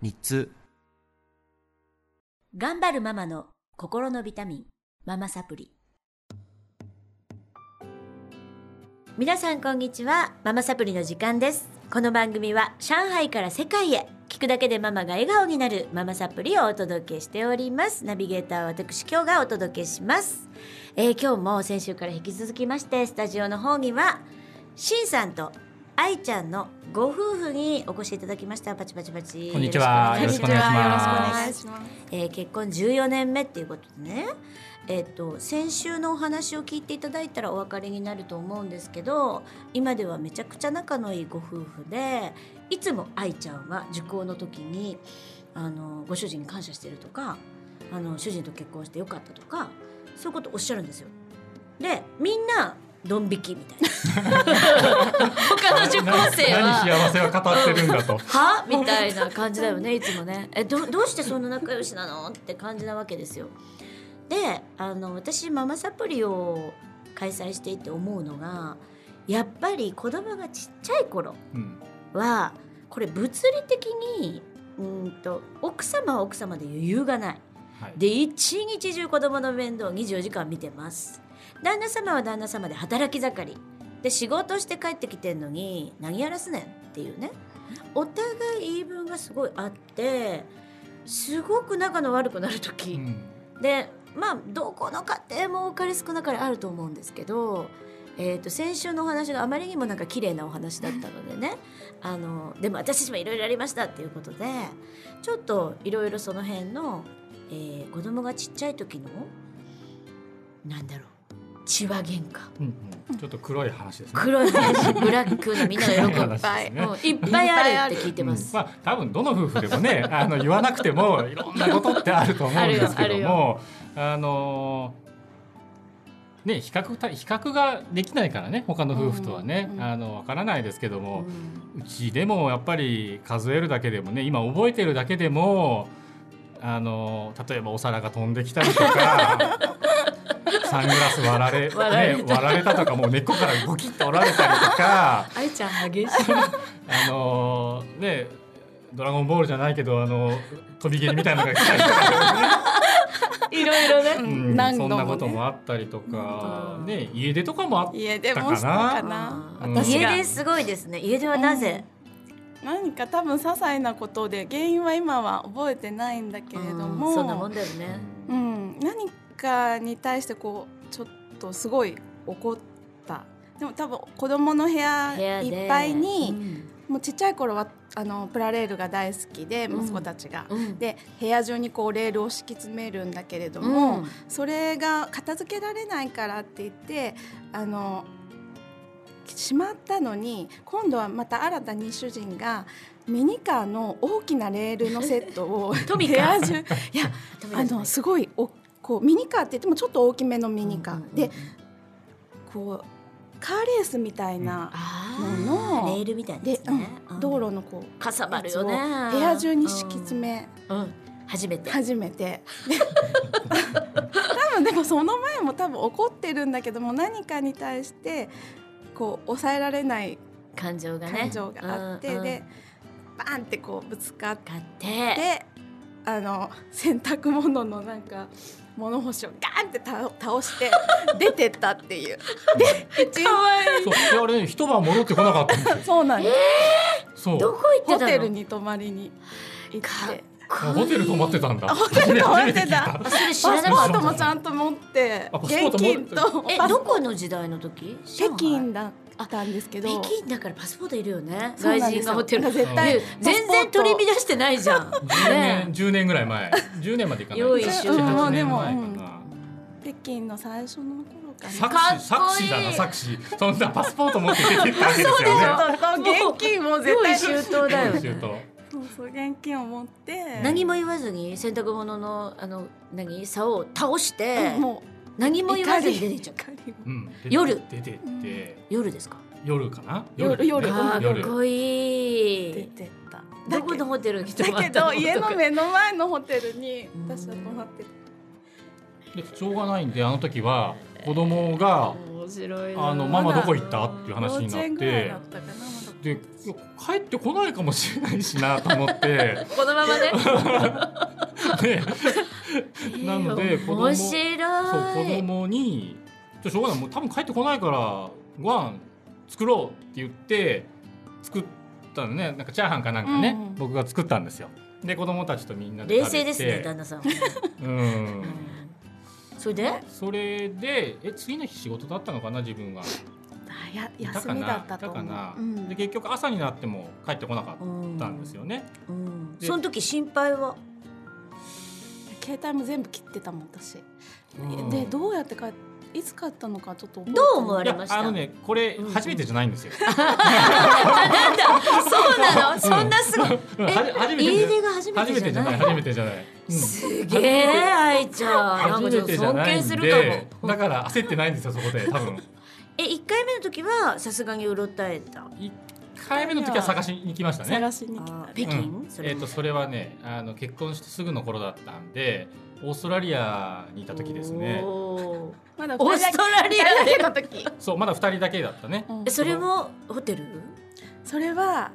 日通頑張るママの心のビタミン、ママサプリ。皆さんこんにちは、ママサプリの時間です。この番組は上海から世界へ、聞くだけでママが笑顔になるママサプリをお届けしております。ナビゲーターは私今日がお届けします。えー今日も先週から引き続きまして、スタジオの方には、しんさんと愛ちゃんのご夫婦にお越しいただきました。パチパチパチ。。こんにちはよろしくお願いしますえー結婚14年目っていうことでね、えっと先週のお話を聞いていただいたらお分かりになると思うんですけど今ではめちゃくちゃ仲のいいご夫婦でいつも愛ちゃんは受講の時にあのご主人に感謝してるとかあの主人と結婚してよかったとかそういうことおっしゃるんですよ。でみんなドン引きみたいな他の受講生何は幸せを語ってるんだとはみたいな感じだよねいつもねえどどうしてそんな仲良しなのって感じなわけですよであの私ママサプリを開催していて思うのがやっぱり子供がちっちゃい頃うんはこれ物理的にうーんと奥様は奥様で余裕がないはいで一日中子供の面倒を24時間見てます旦那様は旦那様で働き盛りで仕事して帰ってきてんのに何やらすねんっていうねお互い言い分がすごいあってすごく仲の悪くなる時、うんでまあどこの家庭も多かれ少なかれあると思うんですけど、えー、と先週のお話があまりにもなんか綺麗なお話だったのでね あのでも私たちもいろいろありましたっていうことでちょっといろいろその辺の、えー、子供がちっちゃい時のなんだろう血は喧嘩うんうんちょっと黒い話ですね黒い話 ブラックなみんなが喜ぶ黒い話いですねいっぱいあるって聞いてうんます。まあ多分どの夫婦でも ねあの言わなくてもいろんなことってあると思うんですけどもあのね比較た比較ができないからね他の夫婦とはね、うんあのわからないですけどうも、んうちでもやっぱり数えるだけでもね今覚えてるだけでもあの例えばお皿が飛んできたりと かサングラス割られ割られね、割られたとかもう根っこからゴキッと折られたりとか。愛ちゃん激しい。 あのーねドラゴンボールじゃないけどあの飛び蹴りみたいなのが来たりとか、いろいろね。うん何度そんもねなこともあったりとか、うんね家出とかもあっ家でたもかしたな。かなうん私家が出すごいですね。家出はなぜ、何か多分些細なことで原因は今は覚えてないんだけれどうんそんなももんだようね。んうん、何かに対してこうちょっとすごい怒ったでも多分子供の部屋部屋でいっぱいに、うんもうちっちゃい頃はあのプラレールが大好きでうん息子たちが、うんで部屋中にこうレールを敷き詰めるんだけれどうも、んそれが片付けられないからって言ってあのしまったのに今度はまた新たに主人がミニカーの大きなレールのセットを トミ部カ屋中いやトミカあじゃないのすごいおこうミニカーって言ってもちょっと大きめのミニカー、うんうんうんでこうカーレースみたいな、あーののレールみたいなやでつ、うんね。うん道路のこうかさばるよねやつ。を部屋中に敷き詰めうん。うん初めて。始めて 多分でもその前も多分怒ってるんだけども何かに対してこう抑えられない感情がね。感情があって、うんうんでバーンってこうぶつかっ買って。てあの洗濯物のなんか物干しをガーンって倒倒して 出てったっていう。で一日そうであれね一晩戻ってこなかったんですよ。そうなんです、そうどこ行ってたホの？テルに泊まりに行 ってあホテル泊まってたんだ。ホテル泊まってた初めて聞いあそれ知パらスなポかっーた。トもちゃんと持ってあパスポー現ト持って金とえパスどこの時代の時？北京上だったんですけど海。北京だからパスポートいるよね。そう外なんで人すがホテル。絶対ね全然取り乱してないじゃん。 10年 ね。 10年ぐらい前10年までいかない用意7-8しよううんで年も前かうんな北京の最初の頃かな。作かっこいい詞作詞だな作詞そんなパスポート持って出てったわけですよねちょっと現金も絶用意対周到だよ用意周ね。到そう現金を持って何も言わずに洗濯物のあの何竿を倒しうてんも何うも言わずに出てっちゃう怒りをうん、で夜出てって、夜ですか夜かな夜夜だかねっこい出 いてったどこのホテルにだだけど家の目の前のホテルに私は泊まっててでしょうがないんであの時は子供が面白いなあのママどこ行ったっていう話に幼稚園なっぐらいてだったかなまだでいや帰ってこないかもしれないしなと思って このままねでなので子供面そう白子い供に「じゃあしょうがないもう多分帰ってこないからご飯作ろう」って言って作ったのねなんかチャーハンかなんかね、うんうん僕が作ったんですよ。で子供たちとみんなで冷食べて静ですね旦那さ んうんそれでそれでえ次の日仕事だったのかな自分が。あやいた休かみだなったと思いたかなう、うんで結局朝になっても帰ってこなかうったんですよね。うんでその時心配は携帯も全部切ってたもん私、うんでどうやって帰っいつ帰ったのかちょっと覚えてどないう思わいれやましあたのねこれ初めてじゃないんです よ。そうなのそんなすごいうんはじ 初めて家じ出が初ゃ初めめてじてじゃゃなないい初めてじゃない。うんすげえ愛ちゃんなんかちょっ初めとてじゃ尊ない敬んするかもでだから焦ってないんですよそこで多分。え一回目の時はさすがにうろたえた一回目の時は探しに行きましたね。探しに来たあね北京、うんそえれっ、もとそれはねあの結婚してすぐの頃だったんでオーストラリアにいた時ですねおーまだオーストラリアでの時、そうまだ二人だけだったねうん えそれもホテルそれは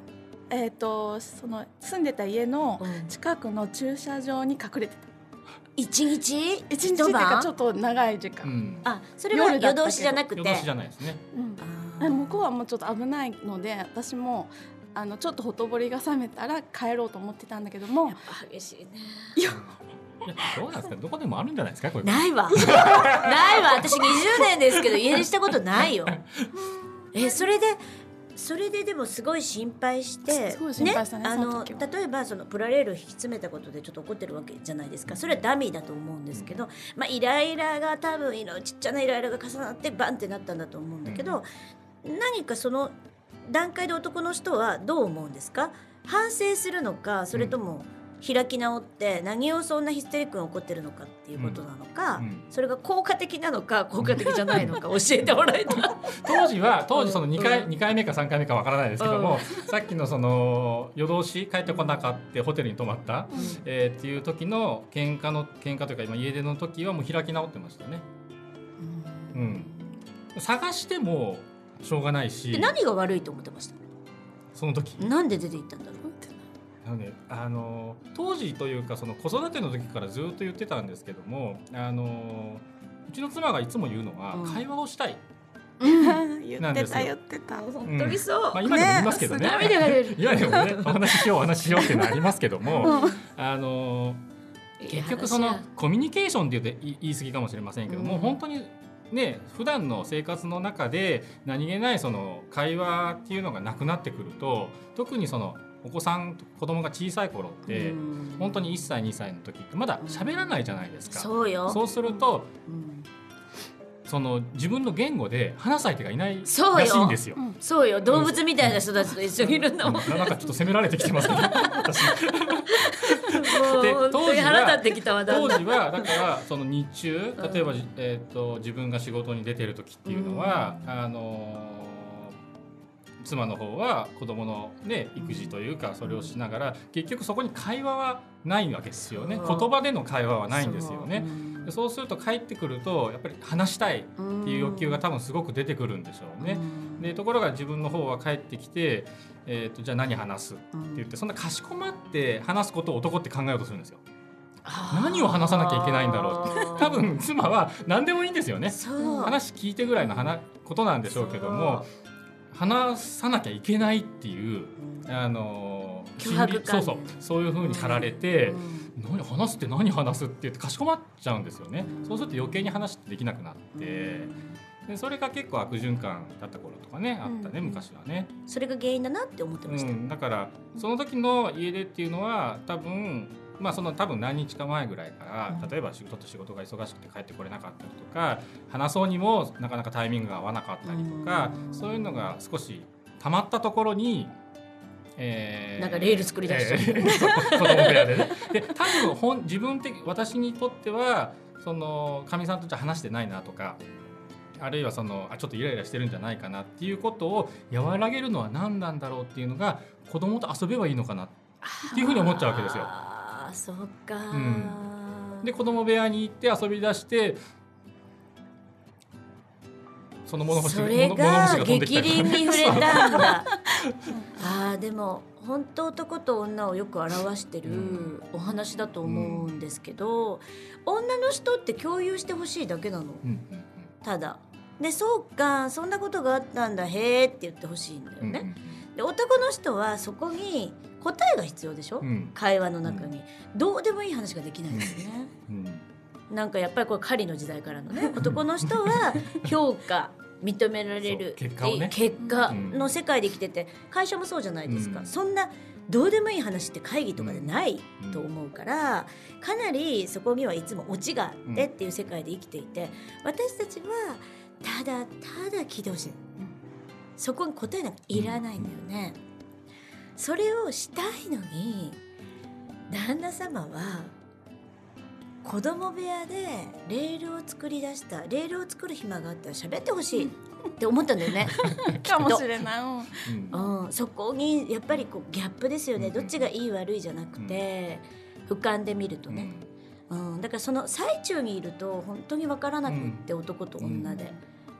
えっ、とその住んでた家の近くの駐車場に隠れてた一日一日っていうか晩ちょっと長い時う間、んあそれは夜だったけど夜通しじゃなくて夜通しじゃないですねうんあでー向こうはもうちょっと危ないので私もあのちょっとほとぼりが冷めたら帰ろうと思ってたんだけども激しいねいやどうなんですかどこでもあるんじゃないですかこれない わないわ私20年ですけど家出したことない よえそれでそれででもすごい心配してすごい心配したねあそのの時は例えばそのプラレールを引き詰めたことでちょっと怒ってるわけじゃないですかそれはダミーだと思うんですけど、まあ、イライラが多分いろちっちゃなイライラが重なってバンってなったんだと思うんだけど、何かその段階で男の人はどう思うんですか反省するのかそれとも開き直って何をそんなヒステリックに怒ってるのかっていうことなのか、うんそれが効果的なのか効果的じゃないのか教えてもらいたい。当時は当時その2う回ん二回目か3回目かわからないですけども、さっきのその夜通し帰ってこなかってホテルに泊まった、えーっていう時の喧嘩の喧嘩というか今家出の時はもう開き直ってましたね。うん、探してもしょうがないでし何が悪いと思ってましたその時なんで出て行ったんだろうなのであの当時というかその子育ての時からずっと言ってたんですけどもあのうちの妻がいつも言うのは、うん会話をしたい、 言ってた言ってた本当にそう、まあ、今でも言いますけどねね涙が出 る今でもねお話ししようお話ししようっていうのはありますけども、あの結局そいいの話やコミュニケーションって言うとい言い過ぎかもしれませんけどうも、ん本当にね普段の生活の中で何気ないその会話っていうのがなくなってくると特にそのお子さん子供が小さい頃って、うん本当に1歳2歳の時ってまだ喋らないじゃないですか。そうよそうするとうんその自分の言語で話す相手がいないそうよらしいんですよ。うんそうよ動物みたいな人たちと一緒にいるんだうんもん。なんかちょっと責められてきてますけど私もうで本当に腹立ってきたわだん当だん時はだからその日中例えば、じえー、と自分が仕事に出てる時っていうのは、あのー妻の方は子供のね育児というかそれをしながら結局そこに会話はないわけですよねそう言葉での会話はないんですよね。うんでそうすると帰ってくるとやっぱり話したいっていう欲求が多分すごく出てくるんでしょうね。でところが自分の方は帰ってきて、えー、とじゃあ何話すって言ってそんなかしこまって話すことを男って考えようとするんですよ。何を話さなきゃいけないんだろう多分妻は何でもいいんですよねそう話聞いてぐらいの話ことなんでしょうけども話さなきゃいけないっていうあのー脅迫感心理そうそうそういう風に駆られてうん、何話すって何話すって言ってかしこまっちゃうんですよねそうすると余計に話ってできなくなってでそれが結構悪循環だった頃とかねあったねうん昔はね。それが原因だなって思ってました、うん、だからその時の家出っていうのは多分まあその多分何日か前ぐらいから、うん例えば仕事と仕事が忙しくて帰ってこれなかったりとか話そうにもなかなかタイミングが合わなかったりとか、うんそういうのが少し溜まったところにえーなんかレール作り出しちゃうえー そう子供部屋でね。で多分本自分的私にとってはそのかみさんとじゃ話してないなとか。あるいはそのあちょっとイライラしてるんじゃないかなっていうことを和らげるのは何なんだろうっていうのが子供と遊べばいいのかなっていうふうに思っちゃうわけですよああ、そっかー。で子供部屋に行って遊び出してその物干しそれ物物干しが飛んで激きたりとか鱗ねに触れたんだあーでも本当男と女をよく表してるうんお話だと思うんですけど、女の人って共有してほしいだけなのうんうんただでそうかそんなことがあったんだへえって言ってほしいんだようんね、で男の人はそこに答えが必要でしょ、うんうん会話の中に、どうでもいい話ができないですね、うんなんかやっぱりこれ狩りの時代からのね 男の人は評価認められそうる結果をねっていう結果の世界で生きてて会社もそうじゃないですか、うんそんなどうでもいい話って会議とかでないと思うからかなりそこにはいつもオチがあってっていう世界で生きていて私たちはただただ聞いてほしいそこに答えなんかいらないんだよね。それをしたいのに旦那様は子供部屋でレールを作り出したレールを作る暇があったら喋ってほしいって思ったんだよ ね。かもしれない、うんうんうん、そこにやっぱりこうギャップですよね、うんどっちがいい悪いじゃなくて、俯瞰で見るとね、うん、だからその最中にいると本当に分からなくって、男と女で、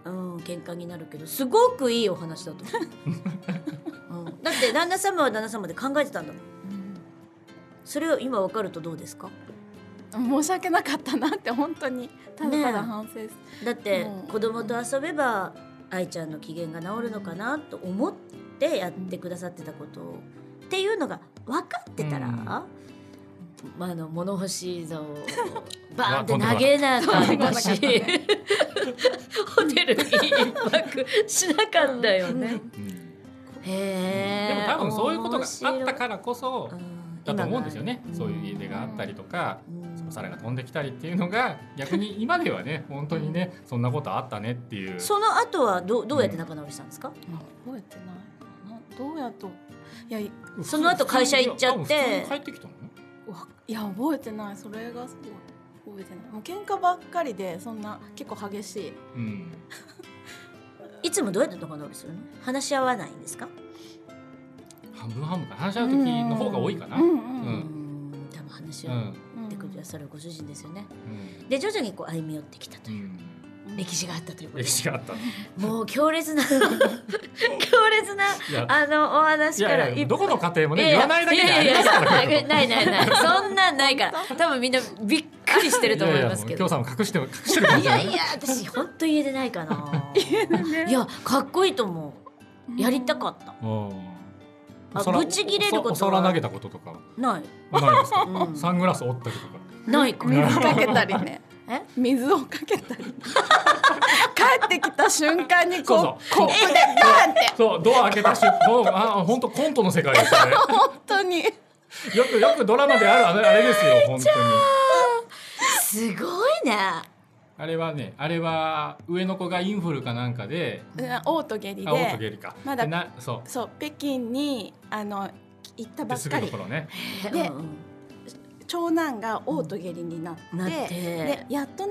うん、喧嘩になるけどすごくいいお話だと思う、うん、だって旦那様は旦那様で考えてたんだもんそれを今分かるとどうですか申し訳なかったなって本当にただただ反省です、だってうん子供と遊べば愛ちゃんの機嫌が治るのかなと思ってやってくださってたことをっていうのが分かってたら、うんまあ、あの物干し竿 をわバーンっ今度ては投げなかったし今度はねホテルに一泊しなかったよね。うんへでえ、も多分そういうことがあったかららこそんだと思うんですよね今がそういう家出があったりとかうんお皿が飛んできたりっていうのが逆に今ではね本当にねそんなことあったねっていうその後はどうどうやって仲直りしたんですか、覚えてないなどうやといやいその後会社行っちゃって普通に帰ってきたのねわいや覚えてないそれがすごい覚えてないもう喧嘩ばっかりでそんな結構激しいうんいつもどうやって仲直りするの話し合わないんですか、半分半分かな話し合う時の方が多いかなうんううんんん多分話しう合っんうんてくるそれはご主人ですよねうんで徐々にこう歩み寄ってきたとういう、ん歴史があったということで歴史があったもう強烈な 強烈ないやあのおい話かやらいやどこの家庭もいねやいや言わないだけでありますからいやいやないないないそんなんないから多分みんなびっくりしてると思いますけど今日さんも隠して隠してるかもいしれなやいいや私本当家出ないかないやかっこいいと思うやりたかったうんあお皿ぶち切れることはお皿投げたこととかないはないですかうんサングラス折ったりとかないか水かけたりねえ水をかけたり帰ってきた瞬間にそうこそうコップでバンってそうドア開けた瞬間もうあ本当コントの世界ですよね本当によくよくドラマであるあれあれですよ本当にすごいねあれはねあれは上の子がインフルかなんかでうんオート下痢あオートゲでリかまだでなそそう北京にあの行ったうでばっすかぐのり頃ねでで長男がオート下痢になって,、なってでやっと治っ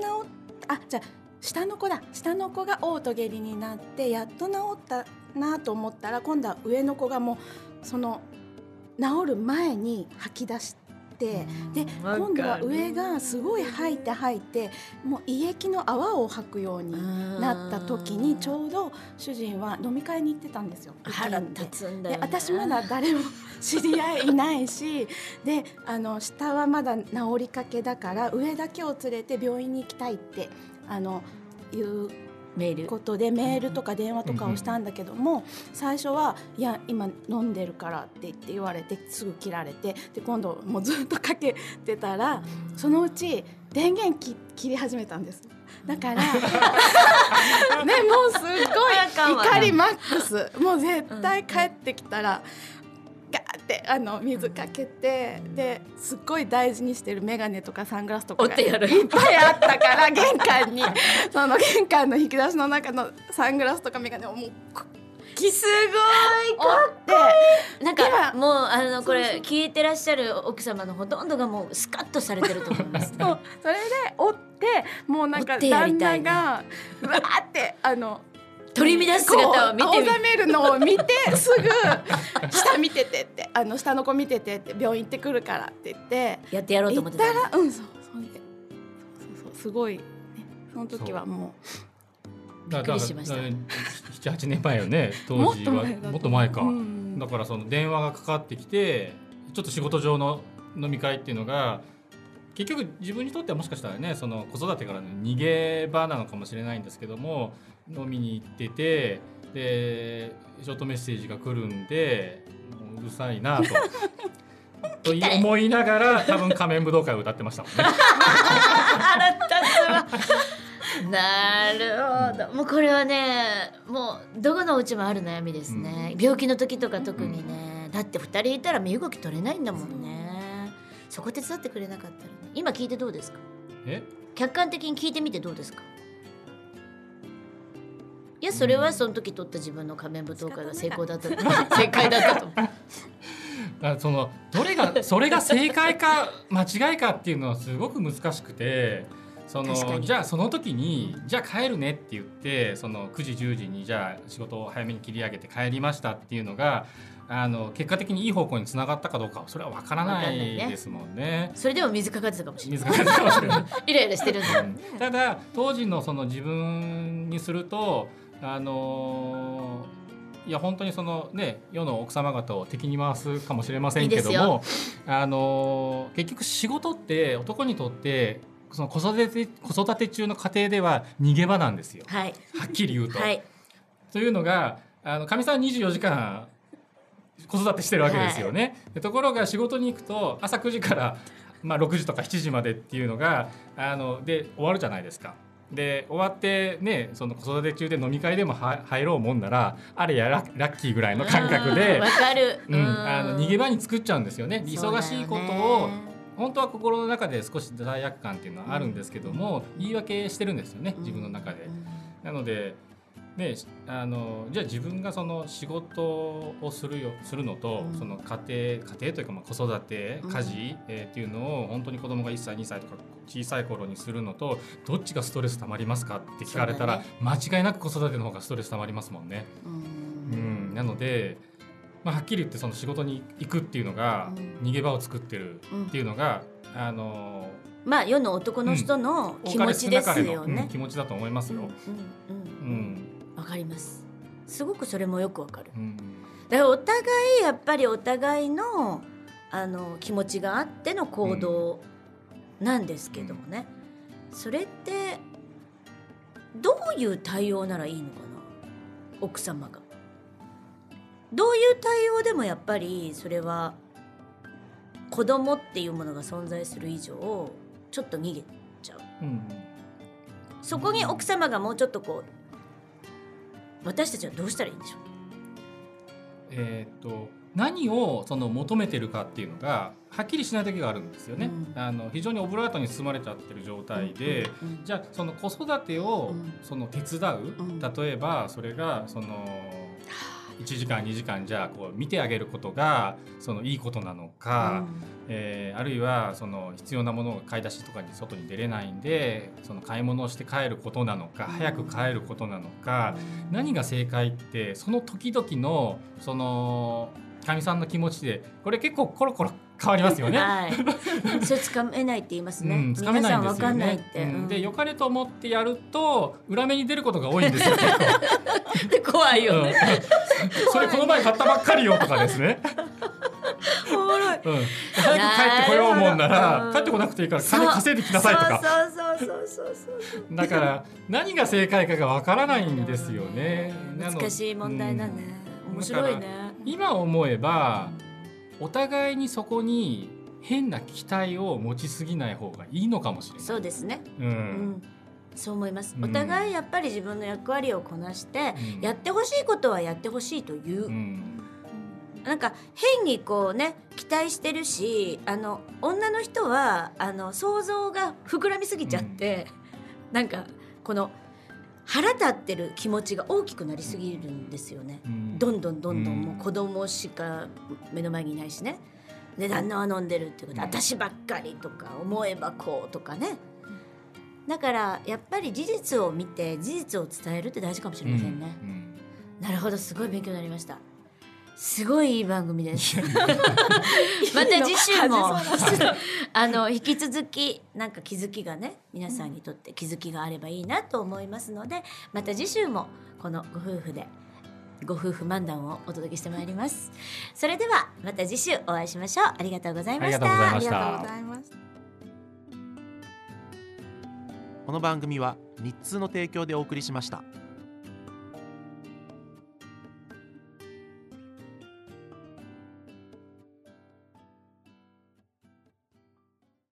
あじゃあ下の子だ下の子がオート下痢になってやっと治ったなと思ったら今度は上の子がもうその治る前に吐き出して。でわかる今度は上がすごい吐いて吐いてもう胃液の泡を吐くようになった時にちょうど主人は飲み会に行ってたんですよ。腹北京で立つんだでよね私まだ誰も知り合いいないしであの下はまだ治りかけだから上だけを連れて病院に行きたいってあのいうメールことでメールとか電話とかをしたんだけども最初は「いや今飲んでるから」って言って言われてすぐ切られてで今度もうずっとかけてたらそのうち電源き切り始めたんです。だ からねもうすっごい怒りマックスもう絶対帰ってきたらガーってあの水かけてですっごい大事にしてる眼鏡とかサングラスとか折がってやる。いっぱいあったから 玄関にその玄関の引き出しの中のサングラスとか眼鏡をもうこう切きすごいかってなんかもうあのこれ聞いてらっしゃる奥様のほとんどがもうスカッとされてると思います、ね、 そうそれで追ってもうなん追かってやり旦たい那ねがうわーってあの取り乱す姿を見てこうみ青ざめるのを見てすぐ下見ててってあの下の子見ててって病院行ってくるからって言ってやってやろうと行思っってたたんだらうんそうそうそうそうすごい、ね、その時はもびっくりしました七八年前よねう当時はだ思うもっと前か、うんだからその電話がかかってきてちょっと仕事上の飲み会っていうのが結局自分にとってはもしかしたらねその子育てからの逃げ場なのかもしれないんですけども飲みに行っててでショートメッセージが来るんでもううるさいなと。と思いながら多分仮面武道会を歌ってましたもんね。なるほどもうこれはねもうどこのお家もある悩みですね、病気の時とか特にね、だって二人いたら身動き取れないんだもんねそこ手伝ってくれなかったらね今聞いてどうですかえ客観的に聞いてみてどうですかいやそれはその時取った自分の仮面舞踏会が成功だったと正解だったと思うあそのどれがそれが正解か間違いかっていうのはすごく難しくてそ確かのにじゃあその時にじゃあ帰るねって言ってその9時10時にじゃあ仕事を早めに切り上げて帰りましたっていうのがあの結果的にいい方向につながったかどうかはそれは分からなわかんないいねですもんね。それでも水かかってたかもしれない水が出てましたねイライラしてるんだうんただ当時のその自分にするとあのーいや本当にそのね世の奥様方を敵に回すかもしれませんけどいいもあのー結局仕事って男にとってその子育て子育て中の家庭では逃げ場なんですよはいはっきり言うと。はいというのがあのかみさんは24時間子育てしてるわけですよね。でところが仕事に行くと朝9時から、まあ、6時とか7時までっていうのがあので終わるじゃないですか。で終わってねその子育て中で飲み会でもは入ろうもんならあれやララッキーぐらいの感覚うんでわ、かる、うんあの逃げ場に作っちゃうんですよね。忙しいことを本当は心の中で少し罪悪感っていうのはあるんですけども、言い訳してるんですよね自分の中で。なので、ね、しあのじゃあ自分がその仕事をするよするのと、うんその家庭家庭というかまあ子育てうん家事、えーっていうのを本当に子供が1歳2歳とか小さい頃にするのとどっちがストレスたまりますかって聞かれたら、間違いなく子育ての方がストレスたまりますもんね。うん、なので、まあ、はっきり言ってその仕事に行くっていうのが、う逃げ場を作ってるっていうのが、あのまあ世の男の人の気持ちですよ多かれ少なかれのうねん気持ちだと思いますよ。うんうんううんんわかりますすごくそれもよくわかるうんだからお互いやっぱりお互いのあの気持ちがあっての行動なんですけどもね、それってどういう対応ならいいのかな奥様が。どういう対応でもやっぱりそれは子供っていうものが存在する以上ちょっと逃げちゃう。うんそこに奥様がもうちょっとこう私たちはどうしたらいいんでしょうえーっと何をその求めてるかっていうのがはっきりしない時があるんですよね。うんあの非常にオブラートに包まれちゃってる状態で、うんうんじゃあその子育てをうんその手伝う、うん例えばそれがその1時間2時間じゃあこう見てあげることがそのいいことなのか、えーあるいはその必要なものを買い出しとかに外に出れないんでその買い物をして帰ることなのか、早く帰ることなのか、何が正解ってその時々のそのかみさんの気持ちでこれ結構コロコロ変わります よね。はい。それつかめないって言いますね。うん、つかめないんですよ皆さんわかね。んないって。うんうんで、良かれと思ってやると、裏目に出ることが多いんで すよ。結構で怖いようんね、それこの前買ったばっかりよとかですね。おもろい。うん、早く帰ってこようもんなら、帰ってこなくていいから、金稼いできなさいとか。そうそうそうそうそうそう。だから何が正解かがわからないんですよね。なの難しい問題だね。うん面白いね。今思えばお互いにそこに変な期待を持ちすぎない方がいいのかもしれない。そうですね。う。うんん。そう思いますう。んお互いやっぱり自分の役割をこなして、うんやってほしいことはやってほしいというう。ん。なんか変にこうね期待してるし、あの女の人はあの想像が膨らみすぎちゃって、なんかこの腹立ってる気持ちが大きくなりすぎるんですよね。うんどんどんどんどうんんもう子供しか目の前にいないしね。で旦那は飲んでるってことうん私ばっかりとか思えばこうとかね。だからやっぱり事実を見て事実を伝えるって大事かもしれませんね。うんなるほどすごい勉強になりました。すごいいい番組です。また次週も あの引き続きなんか気づきがね皆さんにとって気づきがあればいいなと思いますのでまた次週もこのご夫婦でご夫婦漫談をお届けしてまいります。それではまた次週お会いしましょう。ありがとうございましありがとうございましたたありがとうございます。この番組は日通の提供でお送りしました。